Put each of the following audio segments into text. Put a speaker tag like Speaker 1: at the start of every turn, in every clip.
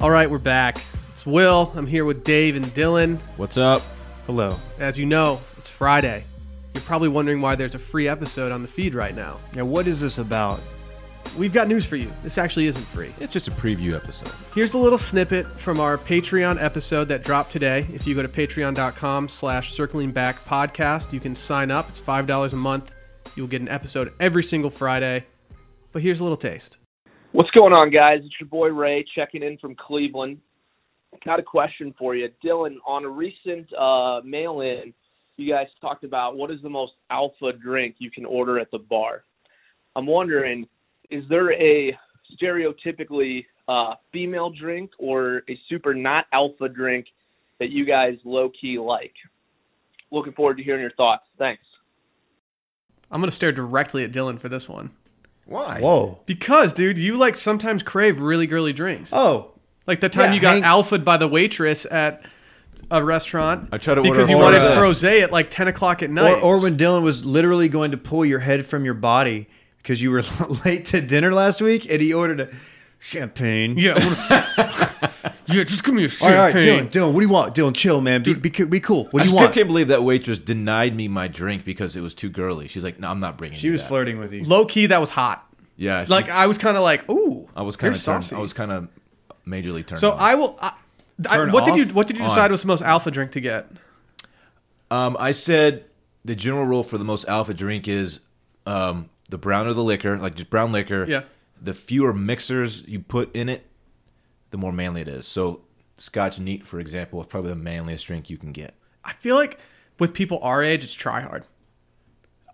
Speaker 1: All right, we're back. It's Will. I'm here with Dave and Dylan.
Speaker 2: What's up?
Speaker 3: Hello.
Speaker 1: As you know, it's Friday. You're probably wondering why there's a free episode on the feed right now.
Speaker 3: Now, what is this about?
Speaker 1: We've got news for you. This actually isn't free.
Speaker 2: It's just a preview episode.
Speaker 1: Here's a little snippet from our Patreon episode that dropped today. If you go to patreon.com slash circling back podcast, you can sign up. It's $5 a month. You'll get an episode every single Friday. But here's a little taste.
Speaker 4: What's going on, guys? It's your boy Ray checking in from Cleveland. Got a question for you, Dylan. On a recent uh, mail-in, you guys talked about what is the most alpha drink you can order at the bar. I'm wondering, is there a stereotypically uh, female drink or a super not alpha drink that you guys low-key like? Looking forward to hearing your thoughts. Thanks.
Speaker 1: I'm going to stare directly at Dylan for this one.
Speaker 2: Why?
Speaker 3: Whoa.
Speaker 1: Because, dude, you like sometimes crave really girly drinks.
Speaker 3: Oh,
Speaker 1: Like the time
Speaker 3: Yeah,
Speaker 1: you got
Speaker 3: Hank-
Speaker 1: alphaed by the waitress at a restaurant.
Speaker 2: I tried to order
Speaker 1: because you
Speaker 2: a
Speaker 1: wanted
Speaker 2: rosé.
Speaker 1: frosé at like ten o'clock at night.
Speaker 3: or, or when Dylan was literally going to pull your head from your body because you were late to dinner last week and he ordered a champagne.
Speaker 1: yeah, yeah, just give me a
Speaker 3: All
Speaker 1: champagne.
Speaker 3: right, all right, Dylan, Dylan, what do you want? Dylan, chill, man. Be, be, be cool. What
Speaker 2: I
Speaker 3: do you
Speaker 2: still
Speaker 3: want?
Speaker 2: can't believe that waitress denied me my drink because it was too girly. She's like, "No, I'm not bringing."
Speaker 3: She
Speaker 2: you
Speaker 3: was
Speaker 2: that."
Speaker 3: flirting with you.
Speaker 1: Low key, that was hot.
Speaker 2: Yeah, she-
Speaker 1: Like I was kind of like, ooh,
Speaker 2: I was kind
Speaker 1: you're
Speaker 2: of turned,
Speaker 1: saucy.
Speaker 2: I was kind of majorly turned.
Speaker 1: so
Speaker 2: on.
Speaker 1: I will. I, I,
Speaker 3: Turn
Speaker 1: what did you
Speaker 3: off?
Speaker 1: What did you decide
Speaker 2: On.
Speaker 1: was the most alpha drink to get?
Speaker 2: Um, I said the general rule for the most alpha drink is um, the browner the liquor, like just brown liquor.
Speaker 1: Yeah.
Speaker 2: The fewer mixers you put in it, the more manly it is. So Scotch neat, for example, is probably the manliest drink you can get.
Speaker 1: I feel like with people our age, it's try hard.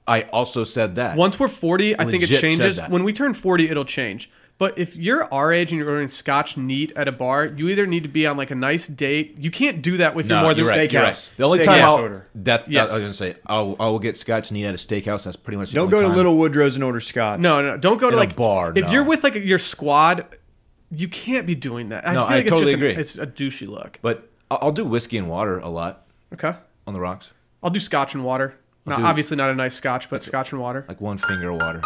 Speaker 2: I also said that.
Speaker 1: Once we're 40, I think it
Speaker 2: Legit said
Speaker 1: changes.
Speaker 2: that.
Speaker 1: When we turn 40, it'll change. But if you're our age and you're ordering scotch neat at a bar, you either need to be on like a nice date. You can't do that with your
Speaker 2: No,
Speaker 1: more than
Speaker 2: you're right. You're right.
Speaker 3: Steakhouse.
Speaker 2: The only
Speaker 3: Steakhouse
Speaker 2: time I'll,
Speaker 3: order.
Speaker 2: That,
Speaker 1: Yes.
Speaker 2: that I was gonna say I'll, I'll get Scotch neat at a steakhouse. That's pretty much the
Speaker 3: Don't
Speaker 2: only
Speaker 3: go to
Speaker 2: time.
Speaker 3: Little Woodrow's and order scotch.
Speaker 1: No, no, no. don't go to
Speaker 2: In a
Speaker 1: like
Speaker 2: bar,
Speaker 1: If
Speaker 2: no.
Speaker 1: you're with like your squad, you can't be doing that. I
Speaker 2: No,
Speaker 1: feel
Speaker 2: I
Speaker 1: like it's
Speaker 2: totally
Speaker 1: just an-
Speaker 2: agree.
Speaker 1: it's a douchey look.
Speaker 2: But I'll, I'll do whiskey and water a lot
Speaker 1: Okay,
Speaker 2: on the rocks,
Speaker 1: I'll do scotch and water. Now,
Speaker 2: do-
Speaker 1: obviously not a nice scotch, but scotch and water.
Speaker 2: like one finger of water.